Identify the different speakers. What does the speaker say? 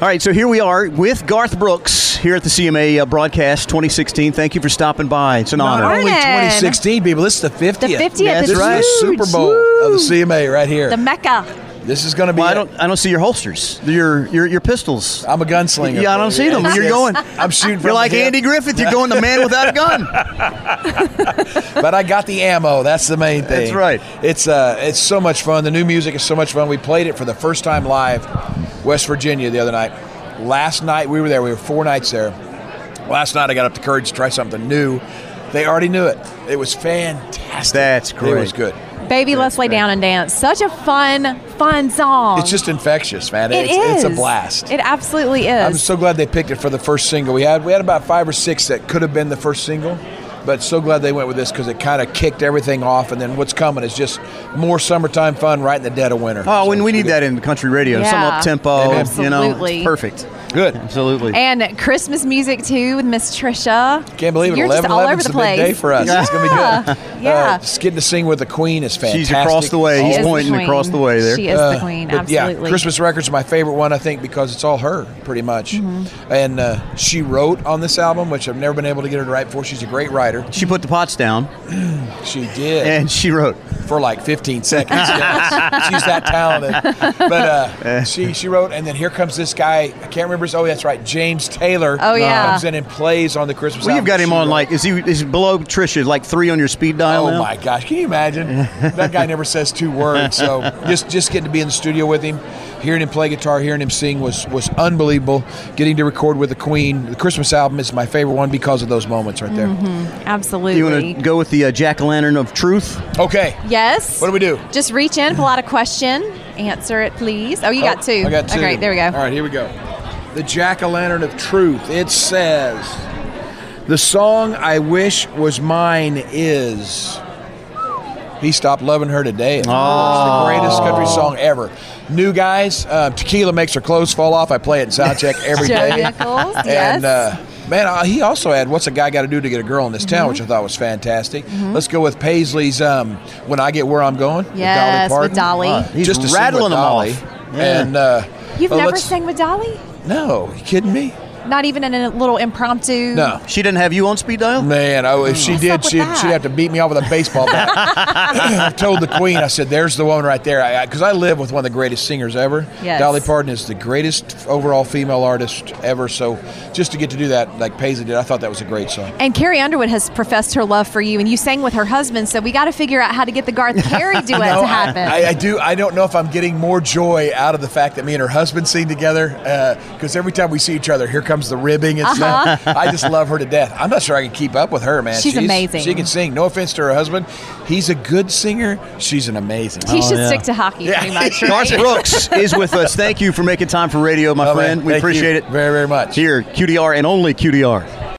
Speaker 1: All right, so here we are with Garth Brooks here at the CMA uh, broadcast 2016. Thank you for stopping by. It's an
Speaker 2: Not
Speaker 1: honor.
Speaker 2: only
Speaker 3: Morning.
Speaker 2: 2016 people. This is the 50th.
Speaker 3: The 50th
Speaker 1: That's
Speaker 3: is
Speaker 1: right.
Speaker 3: huge.
Speaker 2: Super Bowl of the
Speaker 3: huge.
Speaker 2: CMA right here.
Speaker 3: The Mecca.
Speaker 2: this is going to be.
Speaker 1: Well, I
Speaker 2: it.
Speaker 1: don't I don't see your holsters. Your your your pistols.
Speaker 2: I'm a gunslinger.
Speaker 1: Yeah, I don't see them. You're going-
Speaker 2: I'm shooting. From
Speaker 1: You're like
Speaker 2: the hip,
Speaker 1: Andy Griffith. You're going the man without a gun.
Speaker 2: but I got the ammo. That's the main thing.
Speaker 1: That's right.
Speaker 2: It's uh, it's so much fun. The new music is so much fun. We played it for the first time live, West Virginia, the other night. Last night we were there. We were four nights there. Last night I got up the courage to try something new. They already knew it. It was fantastic.
Speaker 1: That's
Speaker 2: It
Speaker 1: great.
Speaker 2: was good.
Speaker 3: Baby, let's lay down and dance. Such a fun, fun song.
Speaker 2: It's just infectious, man.
Speaker 3: It
Speaker 2: it's, it's a
Speaker 3: is.
Speaker 2: blast.
Speaker 3: It absolutely
Speaker 2: I'm
Speaker 3: is.
Speaker 2: so glad they picked it for the first single. We had we had about five or six that could have been the first single, but so glad they went with this because it kind of kicked everything off. And then what's coming is just more summertime fun right in the dead of winter.
Speaker 1: Oh,
Speaker 2: So
Speaker 1: and we
Speaker 2: it's
Speaker 1: need that in country radio. Some
Speaker 3: Yeah.
Speaker 1: up tempo.
Speaker 2: Amen.
Speaker 1: You know,
Speaker 3: Absolutely.
Speaker 1: it's perfect.
Speaker 2: good. Good.
Speaker 1: Absolutely.
Speaker 3: and Christmas music too with Miss Trisha.
Speaker 2: Can't believe it.
Speaker 3: You're
Speaker 2: 11
Speaker 3: just all over the
Speaker 2: a big
Speaker 3: place.
Speaker 2: day for us. It's gonna be good.
Speaker 3: Yeah. Yeah.
Speaker 2: Uh, getting to sing with the Queen is fantastic.
Speaker 1: She's across the way.
Speaker 3: She
Speaker 1: He's
Speaker 3: is the
Speaker 1: pointing
Speaker 3: queen.
Speaker 1: across the way there.
Speaker 3: She is the
Speaker 2: Uh,
Speaker 3: queen.
Speaker 2: but
Speaker 3: Absolutely.
Speaker 2: Yeah, Christmas Records is my favorite one, I think, because it's all her, pretty much.
Speaker 3: Mm-hmm.
Speaker 2: And uh, she wrote on this album, which I've never been able to get her to write before. She's a great writer.
Speaker 1: She put the pots down
Speaker 2: She did.
Speaker 1: and she wrote.
Speaker 2: for like 15 seconds. Yes. She's that talented. But uh, she she wrote, and then here comes this guy. I can't remember his. Oh, that's right, James Taylor.
Speaker 3: Oh, yeah.
Speaker 2: comes in and plays on the Christmas.
Speaker 1: Well, you've got
Speaker 2: album she
Speaker 1: him on
Speaker 2: wrote.
Speaker 1: like is he is he below Trisha like three on your speed dial?
Speaker 2: Oh
Speaker 1: now?
Speaker 2: my gosh! Can you imagine? that guy never says two words. So just just getting to be in the studio with him, hearing him play guitar, hearing him sing was was unbelievable. Getting to record with the Queen, the Christmas album is my favorite one because of those moments right there.
Speaker 3: Mm-hmm. absolutely.
Speaker 1: You want to go with the uh, jack o' lantern of truth?
Speaker 2: Okay,
Speaker 3: Yes.
Speaker 2: What do we do?
Speaker 3: Just reach in, pull out a question, answer it, please. Oh, you got two.
Speaker 2: I got two.
Speaker 3: Okay, great. There we go.
Speaker 2: All right, here we go. The Jack o' Lantern of Truth. It says, The song I wish was mine is. He stopped loving her today. It's the greatest country song ever. New guys, uh, tequila makes her clothes fall off. I play it in sound check every
Speaker 3: Joe
Speaker 2: day.
Speaker 3: Nichols, yes.
Speaker 2: And uh, man, uh, he also had "What's a guy got to do to get a girl in this town," which I thought was fantastic.
Speaker 3: Mm-hmm.
Speaker 2: Let's go with Paisley's um, "When I Get Where I'm Going."
Speaker 3: Yes, with
Speaker 2: with Dolly
Speaker 3: Dolly.
Speaker 2: Parton.
Speaker 3: Wow,
Speaker 1: he's
Speaker 2: Just to sing
Speaker 1: rattling
Speaker 2: with
Speaker 1: 'em off.
Speaker 2: Dolly.
Speaker 1: Yeah.
Speaker 2: And uh,
Speaker 3: You've
Speaker 2: well,
Speaker 3: never
Speaker 2: let's-
Speaker 3: sang with Dolly?
Speaker 2: No, you kidding me?
Speaker 3: Not even in a little impromptu.
Speaker 2: No.
Speaker 1: She didn't have you on speed dial.
Speaker 2: Man, oh, if
Speaker 3: Mm.
Speaker 2: she
Speaker 3: What's up
Speaker 2: did,
Speaker 3: with
Speaker 2: she'd,
Speaker 3: that?
Speaker 2: she'd have to beat me off with a baseball bat. I told the queen, I said, "There's the woman right there," because I, live with one of the greatest singers ever.
Speaker 3: Yes.
Speaker 2: Dolly Parton is the greatest overall female artist ever. So, just to get to do that, like Paisley did, I thought that was a great song.
Speaker 3: And Carrie Underwood has professed her love for you, and you sang with her husband, so we got to figure out how to get the Garth Carey duet
Speaker 2: No,
Speaker 3: to
Speaker 2: I-
Speaker 3: happen.
Speaker 2: I, I do. I don't know if I'm getting more joy out of the fact that me and her husband sing together. Because every time we see each other, here comes the ribbing and stuff. I just love her to death. I'm not sure I can keep up with her, man.
Speaker 3: Uh-huh. She's amazing.
Speaker 2: She can sing. No offense to her husband, he's a good singer. She's an amazing.
Speaker 3: he should
Speaker 1: yeah.
Speaker 3: stick to hockey
Speaker 2: Yeah.
Speaker 3: pretty much.
Speaker 1: Garth
Speaker 3: right?
Speaker 1: Brooks is with us. Thank you for making time for radio, my
Speaker 2: Oh, man,
Speaker 1: friend. we
Speaker 2: thank you
Speaker 1: appreciate it.
Speaker 2: very, very much.
Speaker 1: Here, QDR and only QDR.